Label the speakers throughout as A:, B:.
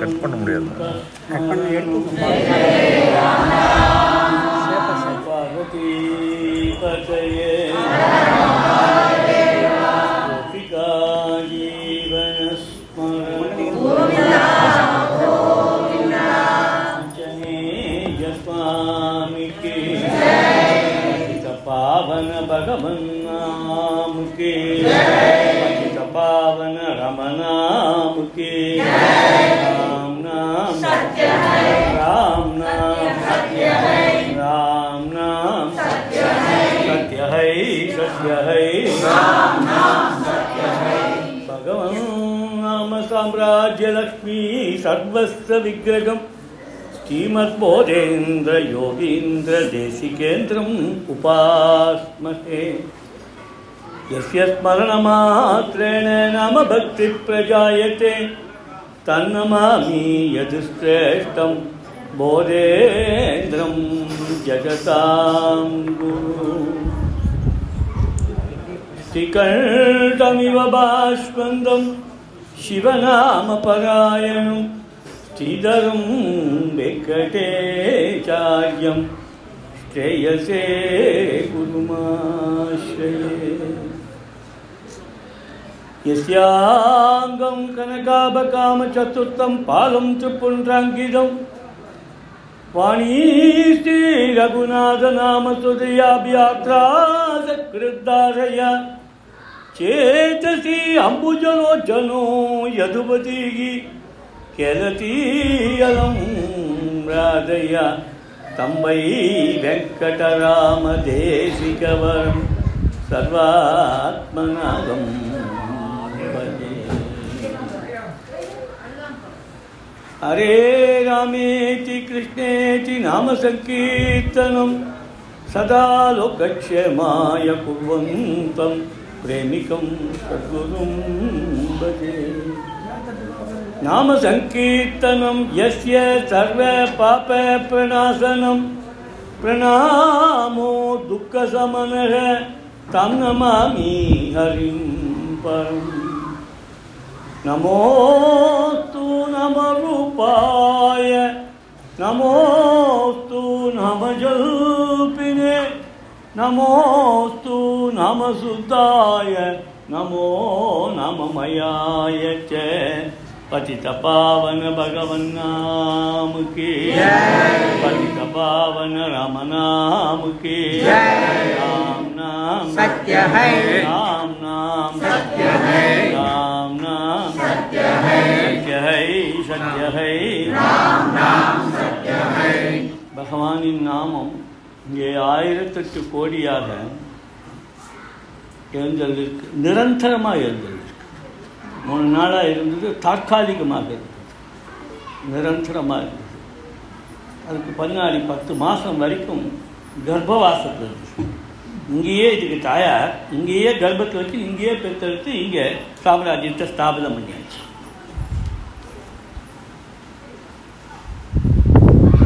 A: Cut பண்ண முடியாது
B: cut பண்ணி எடுத்து
A: பார்வதி பதையே கோபிகா ஜீவனஸ்மரணி स्वामी के पावन भगवन नाम के पतित पावन रमन नाम के राम नाम सत्य है राम नाम सत्य है राम नाम सत्य है सत्य है सत्य है राम नाम सत्य है भगवान नाम साम्राज्य लक्ष्मी सर्वस्व विग्रहम श्रीमद्बोधेन्द्र योगीन्द्र देशिकेन्द्रम् उपास्महे यस्य स्मरणमात्रेण नाम भक्तिप्रजायते तन्नमामि यदुश्रेष्ठं बोधेन्द्रं जगतां गुरुम् श्रीकण्ठमिव बाष्पन्दं शिवनामपरायणं श्रीधरं वेङ्कटेचार्यं श्रेयसे गुरुमाश्रये यस्याङ्गं कनकाभकामचतुर्थं पालं च पुण्ड्राङ्गिदम् वाणीश्रीरघुनाथनामसुदयाभ्यात्रासकृद्धारय चेतसि अम्बुजनो जनो यदुपतिः केलतीयलं राधय तं वै वेङ्कटरामदेशिकवरं सर्वात्मनागं भजे हरे रामेति कृष्णेति नामसङ्कीर्तनं सदा लोकक्षेमाय कुर्वन्तं प्रेमिकं सद्गुरुं भजे नामसङ्कीर्तनं यस्य सर्वपापप्रणाशनं प्रणामो दुःखसमनः तं नमामि हरिं परम् नमोस्तु नमरूपाय नमोस्तु नमजल्पिने नमोस्तु नमसुताय नमो नममयाय च पतितपावन भगवन्नाम के पतितपावन रमनाम के राम नाम
B: सत्य है
A: राम नाम
B: सत्य है
A: राम नाम
B: सत्य है
A: सत्य है सत्य है
B: राम नाम सत्य है
A: பகவானின் நாமம் இங்கே ஆயிரத்தெட்டு கோடியாக எழுந்தள்ளிருக்கு நிரந்தரமாக எழுந்தள்ளிருக்கு மூணு நாளாக இருந்தது தற்காலிகமாக இருந்தது நிரந்தரமாக இருந்தது அதுக்கு பின்னாடி பத்து மாதம் வரைக்கும் கர்ப்பவாசத்தில் இருந்துச்சு இங்கேயே இதுக்கு தாயார் இங்கேயே கர்ப்பத்தை வச்சு இங்கேயே பெற்றெடுத்து இங்கே சாம்ராஜ்யத்தை ஸ்தாபிதம் பண்ணியாச்சு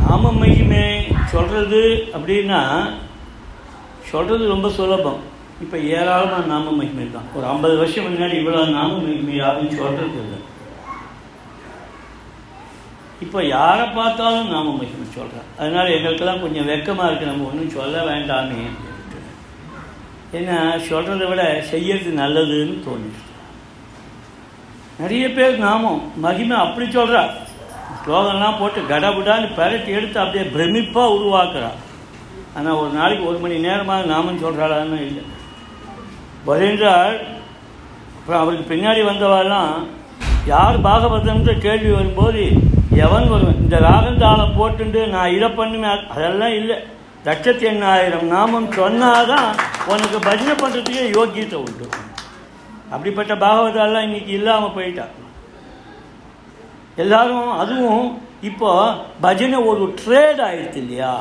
A: நாம மகிமை சொல்கிறது அப்படின்னா சொல்கிறது ரொம்ப சுலபம் இப்போ ஏராளமான நாம மகிமை தான் ஒரு ஐம்பது வருஷம் முன்னாடி இவ்வளோ நாம மகிமை யாரும் சொல்கிறது இல்லை இப்போ யாரை பார்த்தாலும் நாம மகிமை சொல்கிறேன் அதனால் எங்களுக்கெல்லாம் கொஞ்சம் வெக்கமாக இருக்குது நம்ம ஒன்றும் சொல்ல வேண்டாமே அப்படின்ட்டு ஏன்னா சொல்கிறத விட செய்யறது நல்லதுன்னு தோணிடுது நிறைய பேர் நாமம் மகிமை அப்படி சொல்கிறா ஸ்லோகம்லாம் போட்டு கடபுடான்னு பெரட்டி எடுத்து அப்படியே பிரமிப்பாக உருவாக்குறா ஆனால் ஒரு நாளைக்கு ஒரு மணி நேரமாக நாமம் சொல்கிறாளான்னு இல்லை வருகின்றால் அப்புறம் அவருக்கு பின்னாடி வந்தவாலாம் யார் பாகவதன்ற கேள்வி வரும்போது எவன் வருவன் இந்த ராகந்தாளம் போட்டுண்டு நான் இதை பண்ணுவேன் அதெல்லாம் இல்லை லட்சத்தி எண்ணாயிரம் நாமம் சொன்னாதான் உனக்கு பஜனை பண்ணுறதுக்கே யோக்கியத்தை உண்டு அப்படிப்பட்ட பாகவதாலாம் இன்னைக்கு இல்லாமல் போயிட்டா எல்லாரும் அதுவும் இப்போ பஜனை ஒரு ட்ரேட் ஆயிடுச்சு இல்லையா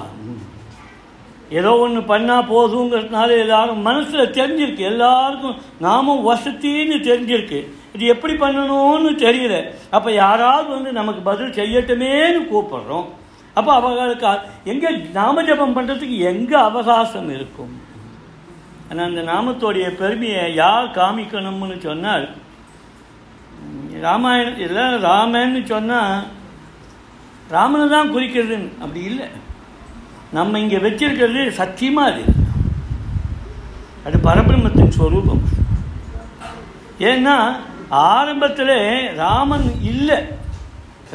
A: ஏதோ ஒன்று பண்ணால் போதுங்கிறதுனால எல்லாரும் மனசில் தெரிஞ்சிருக்கு எல்லாருக்கும் நாமும் வசத்தின்னு தெரிஞ்சிருக்கு இது எப்படி பண்ணணும்னு தெரியல அப்போ யாராவது வந்து நமக்கு பதில் செய்யட்டுமேன்னு கூப்பிடுறோம் அப்போ அவர்களுக்கு எங்கே நாம ஜபம் பண்ணுறதுக்கு எங்கே அவகாசம் இருக்கும் ஆனால் அந்த நாமத்தோடைய பெருமையை யார் காமிக்கணும்னு சொன்னால் ராமாயணம் எல்லாம் ராமன்னு சொன்னால் ராமனை தான் குறிக்கிறதுன்னு அப்படி இல்லை நம்ம இங்கே வச்சிருக்கிறது சத்தியமாக அது அது பரபிரம்மத்தின் ஸ்வரூபம் ஏன்னா ஆரம்பத்தில் ராமன் இல்லை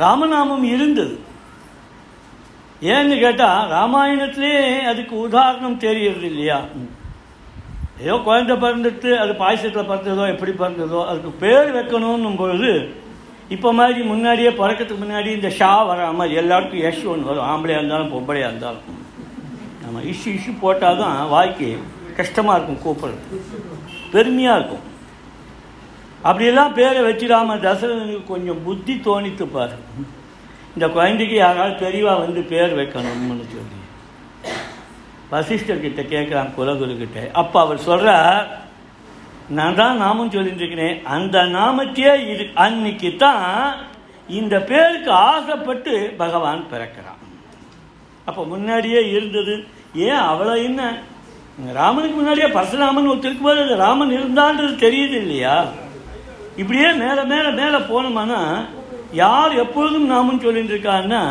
A: ராமநாமம் இருந்தது ஏன்னு கேட்டால் ராமாயணத்திலே அதுக்கு உதாரணம் தெரியுது இல்லையா ஏதோ குழந்தை பிறந்துட்டு அது பாயசத்தில் பிறந்ததோ எப்படி பிறந்ததோ அதுக்கு பேர் வைக்கணும்னும் பொழுது இப்போ மாதிரி முன்னாடியே பிறக்கத்துக்கு முன்னாடி இந்த ஷா வராமல் எல்லாருக்கும் யஷ் ஒன்று வரும் ஆம்பளையாக இருந்தாலும் பொம்பளையாக இருந்தாலும் நம்ம இஷ்யூ இஷ்யூ போட்டால் தான் வாய்க்கு கஷ்டமாக இருக்கும் கூப்பிட்றது பெருமையாக இருக்கும் அப்படியெல்லாம் பேரை வச்சிடாம தசரதனுக்கு கொஞ்சம் புத்தி தோணித்து பாரு இந்த குழந்தைக்கு யாராவது பெரியவா வந்து பேர் வைக்கணும்னு சொல்லி வசிஷ்டர்கிட்ட கேட்குறான் குலகுருக்கிட்ட அப்போ அவர் சொல்கிறார் நான் தான் நாமம் சொல்லிட்டுருக்கிறேன் அந்த நாமத்தையே இரு அன்னைக்கு தான் இந்த பேருக்கு ஆசைப்பட்டு பகவான் பிறக்கிறான் அப்போ முன்னாடியே இருந்தது ஏன் அவ்வளோ என்ன ராமனுக்கு முன்னாடியே பரசுராமன் ஒருத்தருக்கு போது அது ராமன் இருந்தான்றது தெரியுது இல்லையா இப்படியே மேலே மேலே மேலே போனோம்னா யார் எப்பொழுதும் நாமும் சொல்லிட்டு இருக்கான்னா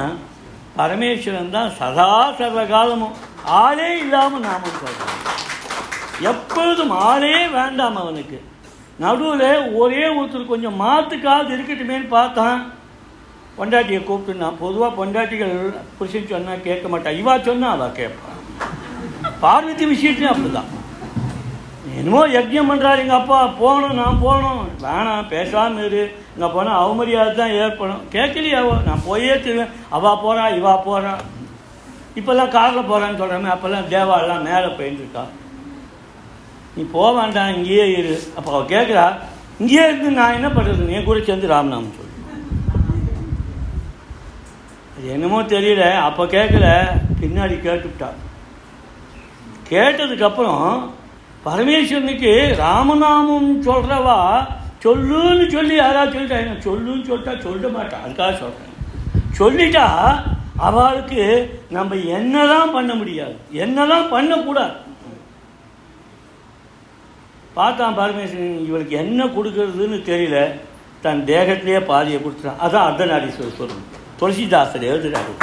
A: பரமேஸ்வரன் தான் சதா சர்வ காலமும் ஆளே இல்லாமல் நாமும் சொல்கிறான் எப்பொழுதும் ஆளே வேண்டாம் அவனுக்கு நடுவில் ஒரே ஒருத்தர் கொஞ்சம் மாத்துக்காவது இருக்கட்டுமேன்னு பார்த்தான் பொண்டாட்டியை கூப்பிட்டு நான் பொதுவாக பொண்டாட்டிகள் புருஷன் சொன்னால் கேட்க மாட்டா இவா சொன்னா அவள் கேட்பான் பார்வதி விஷயத்துலையும் அப்படிதான் என்னமோ யஜ்யம் பண்ணுறாரு எங்கள் அப்பா போகணும் நான் போகணும் வேணாம் பேசாமல் இரு இங்கே போனால் அவமரியாதை தான் ஏற்படும் கேட்கலையே அவ நான் போயே திருவேன் அவா போகிறா இவா போகிறா இப்போல்லாம் காரில் போகிறான்னு சொல்கிறாமே அப்போல்லாம் தேவாலாம் மேலே போயிட்டுருக்கா நீ போக வேண்டாம் இங்கேயே இரு அப்போ அவள் கேட்குறா இங்கேயே இருந்து நான் என்ன பண்ணுறது என் கூட சேர்ந்து ராமநாமம் சொல்லு அது என்னமோ தெரியல அப்போ கேட்கல பின்னாடி கேட்டுவிட்டா கேட்டதுக்கப்புறம் பரமேஸ்வரனுக்கு ராமநாமம் சொல்கிறவா சொல்லுன்னு சொல்லி யாராவது சொல்லிட்டா என்ன சொல்லுன்னு சொல்லிட்டா சொல்ல மாட்டா அதுக்காக சொல்கிறேன் சொல்லிட்டா அவளுக்கு நம்ம என்னதான் பண்ண முடியாது என்னதான் பண்ணக்கூடாது பார்த்தான் பரமேஸ்வரன் இவளுக்கு என்ன கொடுக்கறதுன்னு தெரியல தன் தேகத்திலேயே பாதியை கொடுத்துட்டான் அதான் அர்த்தநாரீஸ்வரர் சொல்லணும் துளசிதாசர் எழுதுறாரு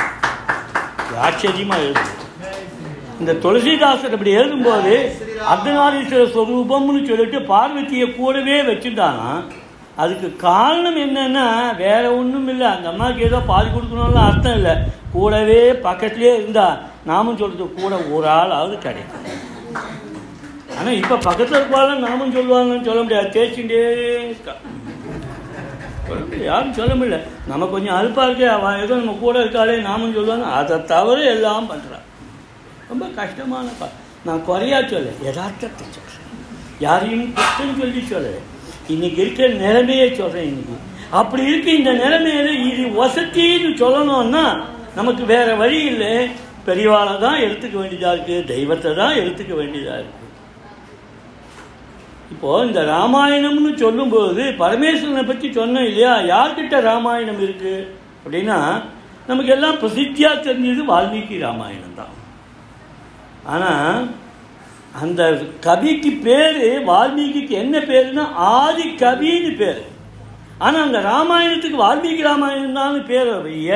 A: ஆச்சரியமாக எழுதுறாரு இந்த துளசிதாசர் அப்படி எழுதும்போது அர்த்தநாரீஸ்வரர் ஸ்வரூபம்னு சொல்லிட்டு பார்வதியை கூடவே வச்சுட்டானா அதுக்கு காரணம் என்னன்னா வேற ஒன்றும் இல்லை அந்த அம்மாவுக்கு ஏதோ பாதி கொடுக்கணும்னு அர்த்தம் இல்லை கூடவே பக்கத்துலேயே இருந்தா நாமும் சொல்றது கூட ஒரு ஆளாவது கிடைக்கும் ஆனால் இப்போ பக்கத்தில் இருப்பாலும் நாமும் சொல்லுவாங்கன்னு சொல்ல முடியாது தேய்ச்சிண்டே இருக்கா. சொல்ல முடியாது, யாரும் சொல்ல முடியல நம்ம கொஞ்சம் அழுப்பாக இருக்கே அவன் ஏதோ நம்ம கூட இருக்காளே நாமும் சொல்லுவாங்க அதை தவிர எல்லாம் பண்ணுறான் ரொம்ப கஷ்டமான பா நான் குறையா சொல்ல யதார்த்தத்தை சொல்கிறேன் யாரையும் குற்றம் சொல்லி சொல்லலை இன்னைக்கு இருக்கிற நிலைமையே சொல்கிறேன் இன்னைக்கு அப்படி இருக்கு இந்த நிலைமையில இது வசத்தின்னு சொல்லணும்னா நமக்கு வேற வழி இல்லை பெரியவாளை தான் எடுத்துக்க வேண்டியதாக இருக்குது தெய்வத்தை தான் எடுத்துக்க வேண்டியதாக இருக்குது இப்போ இந்த ராமாயணம்னு சொல்லும்போது பரமேஸ்வரனை பற்றி சொன்னோம் இல்லையா யார்கிட்ட ராமாயணம் இருக்கு அப்படின்னா நமக்கு எல்லாம் பிரசித்தியாக தெரிஞ்சது வால்மீகி ராமாயணம் தான் ஆனால் அந்த கவிக்கு பேர் வால்மீகிக்கு என்ன பேருன்னா ஆதி கவின்னு பேர் ஆனால் அந்த ராமாயணத்துக்கு வால்மீகி ராமாயணம் தான் பேர் வைய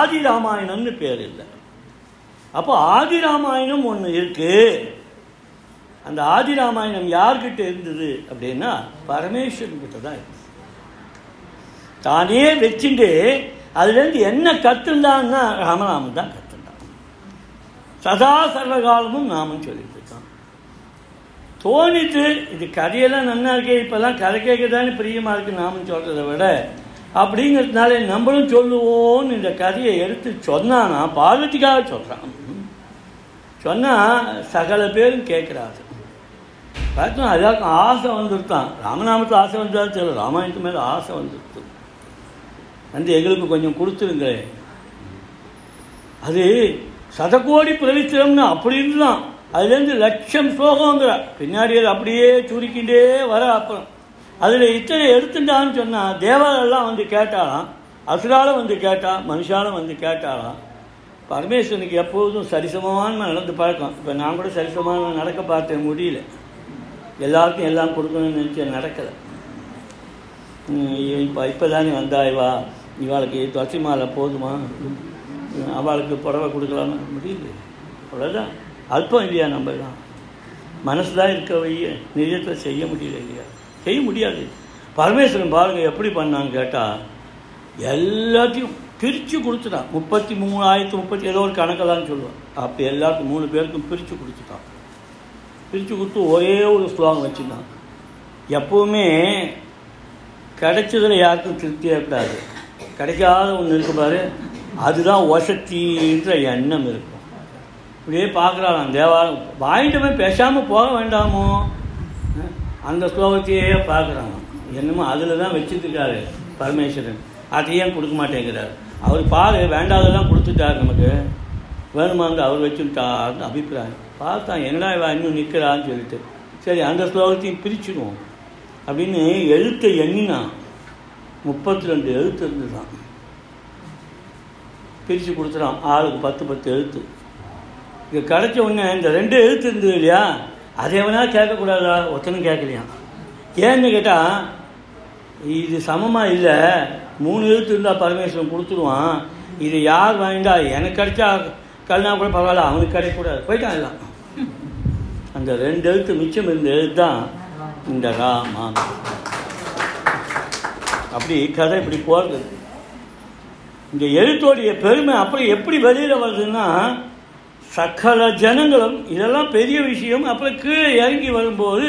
A: ஆதி ராமாயணம்னு பேர் இல்லை அப்போ ஆதி ராமாயணம் ஒன்று இருக்குது அந்த ஆதி ராமாயணம் யார்கிட்ட இருந்தது அப்படின்னா பரமேஸ்வரன் கிட்ட தான் இருந்தது தானே வச்சுட்டு அதுலேருந்து என்ன கற்றுந்தான்னா ராமநாமம் தான் கற்றுந்தான் சதா சர்வகாலமும் நாமும் சொல்லிட்டு இருக்கான் தோணிட்டு இது கதையெல்லாம் நல்லா இருக்கே இப்போல்லாம் கதை கேட்க தானே பிரியமாக இருக்குது நாமும் சொல்கிறத விட அப்படிங்கிறதுனால நம்மளும் சொல்லுவோம்னு இந்த கதையை எடுத்து சொன்னானா பார்வதிக்காக சொல்கிறான் சொன்னால் சகல பேரும் கேட்குறாரு பார்த்தோம் அதாக்கும் ஆசை வந்துருக்கான் ராமநாமத்தில் ஆசை வந்ததா தெரியல ராமாயணத்து மேலே ஆசை வந்துருக்கு வந்து எங்களுக்கு கொஞ்சம் கொடுத்துருங்களே அது சதகோடி பிரவித்திரம்னு அப்படி இருந்தான் அதுலேருந்து லட்சம் ஸ்லோகங்கிற பின்னாடி அது அப்படியே சுருக்கிண்டே வர அப்புறம் அதில் இத்தனை எடுத்துட்டான்னு சொன்னால் தேவாலெல்லாம் வந்து கேட்டாலாம் அசுராலும் வந்து கேட்டா மனுஷாலும் வந்து கேட்டாலாம் பரமேஸ்வரனுக்கு எப்போதும் சரிசமமான நடந்து பழக்கம் இப்போ நான் கூட சரிசமமான நடக்க பார்த்தேன் முடியல எல்லாருக்கும் எல்லாம் கொடுக்கணும்னு நினச்சேன் நடக்கலை இப்போ இப்போ தானே வந்தா இவா இவாளுக்கு துளசி மாலை போதுமா அவளுக்கு புடவை கொடுக்கலாம்னு முடியல அவ்வளோதான் அல்பம் இல்லையா நம்மலாம் மனசு தான் இருக்க வைய நிஜத்தை செய்ய முடியல இல்லையா செய்ய முடியாது பரமேஸ்வரன் பாருங்கள் எப்படி பண்ணான்னு கேட்டால் எல்லாத்தையும் பிரித்து கொடுத்துட்டான் முப்பத்தி மூணாயிரத்து முப்பத்தி ஏதோ ஒரு கணக்கெல்லாம் சொல்லுவான் அப்போ எல்லாருக்கும் மூணு பேருக்கும் பிரித்து கொடுத்துட்டான் பிரித்து கொடுத்து ஒரே ஒரு ஸ்லோகம் வச்சுருந்தான் எப்போவுமே கிடைச்சதுல யாருக்கும் திருப்தியாக இருக்காது கிடைக்காத ஒன்று இருக்கு பாரு அதுதான் வசத்தின்ற எண்ணம் இருக்கும் இப்படியே பார்க்குறாளாம் தேவாரம் வாங்கிட்டு போய் பேசாமல் போக வேண்டாமோ அஹ், அந்த ஸ்லோகத்தையே பார்க்குறாங்க என்னமோ அதில் தான் வச்சுருக்காரு பரமேஸ்வரன் அதையே கொடுக்க மாட்டேங்கிறார் அவர் பாரு வேண்டாதெல்லாம் கொடுத்துட்டார் நமக்கு வேணுமாந்து அவர் வச்சுட்டார்னு அபிப்பிராயம் பார்த்தான் என்னடா இவன் இன்னும் நிற்கிறான்னு சொல்லிட்டு சரி அந்த ஸ்லோகத்தையும் பிரிச்சுடுவோம் அப்படின்னு எழுத்தை எண்ணினான் முப்பத்தி ரெண்டு எழுத்து இருந்துதான் பிரித்து கொடுத்துட்டான் ஆளுக்கு பத்து பத்து எழுத்து இது கிடைச்ச உடனே இந்த ரெண்டு எழுத்து இருந்தது இல்லையா அதை எவனா கேட்கக்கூடாதா ஒருத்தனும் கேட்கலையா ஏன்னு கேட்டால் இது சமமாக இல்லை மூணு எழுத்து இருந்தால் பரமேஸ்வரன் கொடுத்துருவான் இது யார் வாங்கிட்டா எனக்கு கிடைச்சா கல்னா கூட பரவாயில்ல அவனுக்கு கிடைக்கக்கூடாது போயிட்டான் எல்லாம் அந்த ரெண்டு எழுத்து மிச்சம் இருந்த எழுத்து தான் இந்த ராமா அப்படி கதை இப்படி போகிறது இந்த எழுத்தோடைய பெருமை அப்புறம் எப்படி வெளியில் வருதுன்னா சகல ஜனங்களும் இதெல்லாம் பெரிய விஷயம் அப்புறம் கீழே இறங்கி வரும்போது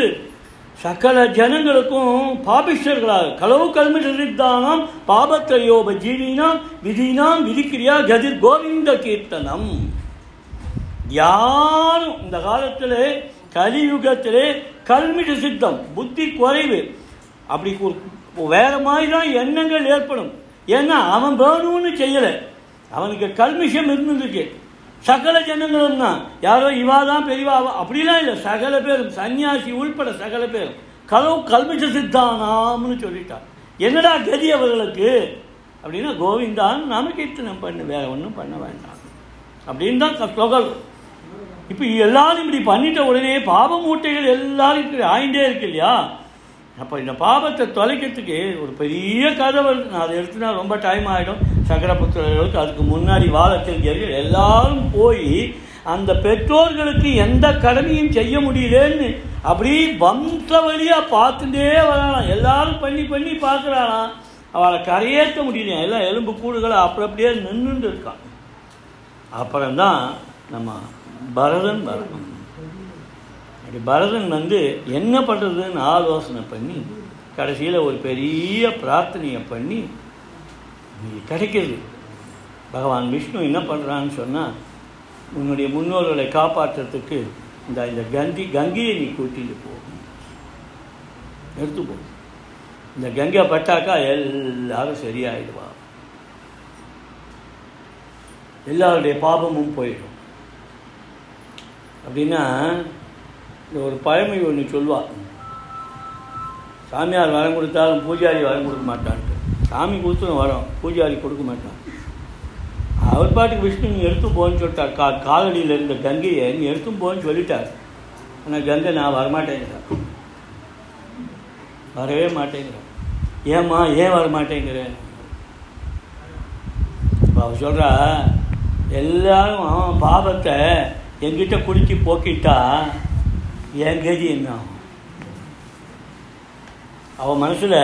A: சகல ஜனங்களுக்கும் பாபிஷர்களாக களவு கல்மிதானாம் பாபத்தையோப ஜீவினாம் விதினாம் விதிக்கிரியா கதிர் கோவிந்த கீர்த்தனம் யாரும் இந்த காலத்தில் கலியுகத்திலே கல்மிடு சித்தம் புத்தி குறைவு அப்படி ஒரு- வேற மாதிரி தான் எண்ணங்கள் ஏற்படும் ஏன்னா அவன் வேணும்னு செய்யலை அவனுக்கு கல்மிஷம் இருந்திருக்கு சகல ஜனங்களும் தான் யாரோ இவா தான் பெரியவா அவ அப்படிலாம் இல்லை சகல பேரும் சன்னியாசி உள்பட சகல பேரும் கலவு கல்மிஷ சித்தானாம்னு சொல்லிட்டான் என்னடா கதி அவர்களுக்கு அப்படின்னா கோவிந்தான் நாம கீர்த்தனம் பண்ணு வேற ஒன்றும் பண்ண வேண்டாம் அப்படின்னு தான் க- ஸ்லோகல் இப்போ எல்லாரும் இப்படி பண்ணிட்ட உடனே பாப மூட்டைகள் எல்லாரும் இப்படி ஆயிண்டே இருக்கு இல்லையா அப்போ இந்த பாபத்தை தொலைக்கிறதுக்கு ஒரு பெரிய கதை வருது நான் அதை எடுத்துனா ரொம்ப டைம் ஆகிடும் சங்கரபுத்திரர்களுக்கு அதுக்கு முன்னாடி வாழத்திருக்கிறீர்கள் எல்லாரும் போய் அந்த பெற்றோர்களுக்கு எந்த கடமையும் செய்ய முடியலன்னு அப்படி வம்ச வழியாக பார்த்துட்டே வரானாம் எல்லாரும் பண்ணி பண்ணி பார்க்குறானாம் அவளை கரையேற்ற முடியலையா எல்லாம் எலும்பு கூடுகளை அப்புறம் அப்படியே நின்றுட்டு இருக்கான் அப்புறம்தான் நம்ம பரதன் வரணும் அப்படி பரதன் வந்து என்ன பண்ணுறதுன்னு ஆலோசனை பண்ணி கடைசியில் ஒரு பெரிய பிரார்த்தனையை பண்ணி இது கிடைக்கிது பகவான் விஷ்ணு என்ன பண்ணுறான்னு சொன்னால் உன்னுடைய முன்னோர்களை காப்பாற்றுறதுக்கு இந்த இந்த கங்கி கங்கையை நீ கூட்டிட்டு போ எடுத்து போ இந்த கங்கை பட்டாக்கா எல்லாரும் சரியாயிடுவா எல்லாருடைய பாபமும் போயிடும் அப்படின்னா இந்த ஒரு பழமொழி ஒன்று சொல்லுவா சாமியார் வரம் கொடுத்தாலும் பூஜாரி வரம் கொடுக்க மாட்டான்ட்டு சாமி கொடுத்தும் வரம் பூஜாரி கொடுக்க மாட்டான் அவர் பாட்டுக்கு விஷ்ணு நீ எடுத்து போன்னு சொல்லிட்டார் கா காலடியில் இருந்த கங்கையை நீ எடுத்து போன்னு சொல்லிட்டார் ஆனால் கங்கை நான் வரமாட்டேங்கிறேன் வரவே மாட்டேங்கிறேன் ஏம்மா ஏன் வரமாட்டேங்கிறேன் இப்போ அவ சொல்கிறா எல்லாரும் அவன் பாபத்தை என்கிட்ட குடிச்சு போக்கிட்டா என் கதி என்ன ஆகும்? அவ மனசில்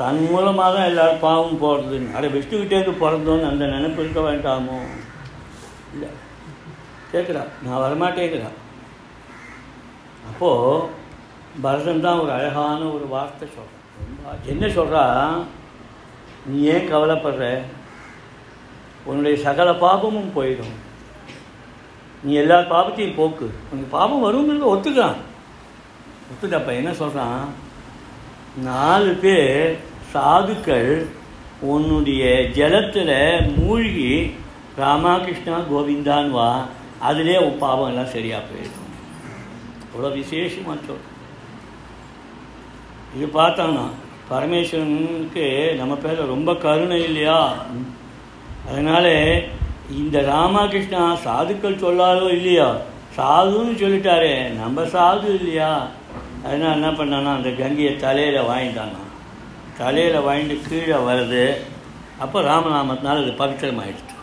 A: தன் மூலமாக தான் எல்லாரும் பாவம் போடுறதுன்னு அட விஷ்ணுக்கிட்டேருந்து பிறந்தோன்னு அந்த நினைப்பு இருக்க வேண்டாமோ இல்லை கேட்குறா நான் வரமாட்டேங்கிறா அப்போது பரதன் தான் ஒரு அழகான ஒரு வார்த்தை சொல்கிறான் என்ன சொல்கிறா நீ ஏன் கவலைப்படுற உன்னுடைய சகல பாபமும் போயிடும் நீ எல்லா பாபத்தையும் போக்கு உனக்கு பாபம் வருங்கிறது ஒத்துக்கிறான் ஒத்துட்டப்ப என்ன சொல்கிறான் நாலு பேர் சாதுக்கள் உன்னுடைய ஜலத்தில் மூழ்கி ராமாகிருஷ்ணா கோவிந்தான்னு வா அதிலே உன் பாவம் எல்லாம் சரியாக போயிடும் அவ்வளோ விசேஷமாக சொல்கிறேன் இது பார்த்தோம்னா பரமேஸ்வரனுக்கு நம்ம பேர்ல ரொம்ப கருணை இல்லையா அதனால் இந்த ராமகிருஷ்ணா சாதுக்கள் சொல்லாரோ இல்லையோ சாதுன்னு சொல்லிட்டாரே நம்ம சாது இல்லையா அதனால் என்ன பண்ணானா அந்த கங்கையை தலையில் வாங்கிட்டானா தலையில் வாங்கிட்டு கீழே வருது அப்போ ராமநாமத்தினால் அது பவித்திரம் ஆயிடுச்சு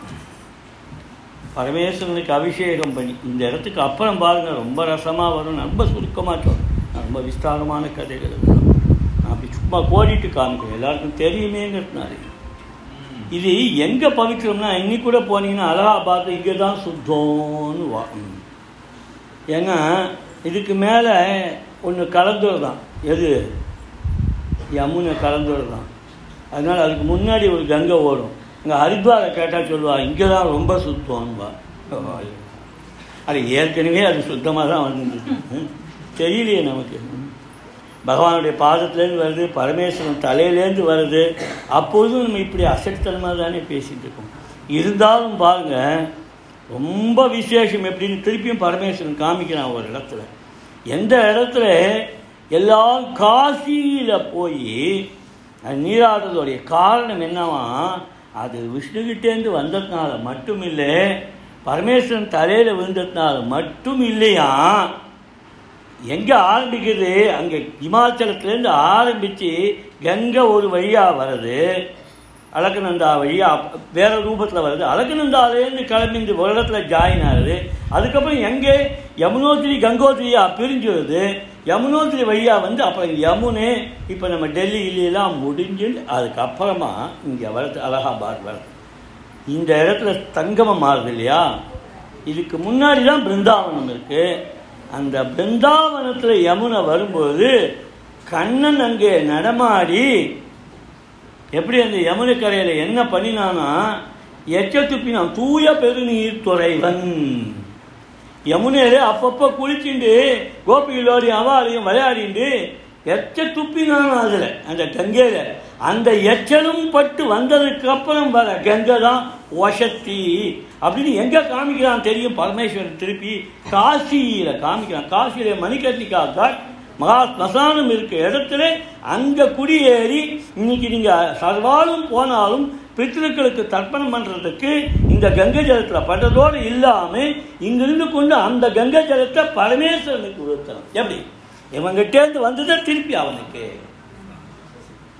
A: பரமேஸ்வரனுக்கு அபிஷேகம் பண்ணி இந்த இடத்துக்கு அப்புறம் பாருங்கள் ரொம்ப ரசமாக வரும் ரொம்ப சுருக்கமாக சொல்றேன். நான் ரொம்ப விஸ்தாரமான கதைகள் எழுதுறேன். நான் அப்படி சும்மா கோடிட்டு காமிக்கிறேன் எல்லாருக்கும் தெரியுமேங்கிறதுனால இது எங்கே பவித்திரம்னா இன்னி கூட போனீங்கன்னா அலகாபாத் இங்கே தான் சுத்தம்னு வா ம். ஏன்னா இதுக்கு மேலே ஒன்று கலந்துரு தான் எது யமுனை கலந்துரு தான் அதனால் அதுக்கு முன்னாடி ஒரு கங்கை ஓடும் இங்கே ஹரித்வாரை கேட்டால் சொல்லுவா இங்கே தான் ரொம்ப சுத்தம்னுவா அது ஏற்கனவே அது சுத்தமாக தான் வந்துருக்கு தெரியலையே நமக்கு பகவானுடைய பாதத்துலேருந்து வருது பரமேஸ்வரன் தலையிலேருந்து வருது அப்பொழுதும் நம்ம இப்படி அசட்டுத்தனமாக தானே பேசிகிட்டு இருக்கோம் இருந்தாலும் பாருங்கள் ரொம்ப விசேஷம் எப்படின்னு திருப்பியும் பரமேஸ்வரன் காமிக்கிறான் ஒரு இடத்துல எந்த இடத்துல எல்லாம் காசியில் போய் நீராடுறதுடைய காரணம் என்னவா அது விஷ்ணுகிட்டேருந்து வந்ததுனால மட்டும் இல்லை பரமேஸ்வரன் தலையில் விழுந்ததுனால மட்டும் இல்லையா எங்கே ஆரம்பிக்குது அங்கே இமாச்சலத்துலேருந்து ஆரம்பித்து கங்கை ஒரு வழியாக வருது அலக்கநந்தா வழியாக வேறு ரூபத்தில் வருது அலக்கநந்தாலேருந்து கிளம்பி இந்த ஒரு இடத்துல ஜாயின் ஆகுது அதுக்கப்புறம் எங்கே யமுனோத்திரி கங்கோத்திரியாக பிரிஞ்சு வருது யமுனோத்திரி வழியாக வந்து அப்புறம் யமுனே இப்போ நம்ம டெல்லியிலாம் முடிஞ்சு அதுக்கப்புறமா இங்கே வருது அலகாபாத் வருது இந்த இடத்துல தங்கமம் ஆகுது இல்லையா இதுக்கு முன்னாடி தான் பிருந்தாவனம் இருக்கு அந்த பிருந்தாவனத்தில் யமுனை வரும்போது கண்ணன் அங்கே நடமாடி எப்படி அந்த யமுனை கரையில் என்ன பண்ணினானா எச்ச துப்பினான் தூய பெருநீர் துறைவன் யமுனையில அப்பப்போ குளிச்சுண்டு கோபிகளோடையும் அவாலையும் விளையாடிண்டு எச்ச துப்பினான் அதில் அந்த கங்கையில் அந்த எச்சலும் பட்டு வந்ததுக்கு அப்புறம் வர கங்கை தான் வசத்தி அப்படின்னு எங்கே காமிக்கிறான் தெரியும் பரமேஸ்வரன் திருப்பி காசியில் காமிக்கிறான் காசியில் மணிகர்ணிகா காட் மகா ஸ்மசானம் இருக்க இடத்துல அங்கே குடியேறி இன்னைக்கு நீங்கள் சர்வாலும் போனாலும் பித்திருக்களுக்கு தர்ப்பணம் பண்ணுறதுக்கு இந்த கங்கை ஜலத்தில் பண்றதோடு இல்லாமல் இங்கிருந்து கொண்டு அந்த கங்கை ஜலத்தை பரமேஸ்வரனுக்கு உயர்த்தணும் எப்படி இவங்கிட்டேருந்து வந்ததை திருப்பி அவனுக்கு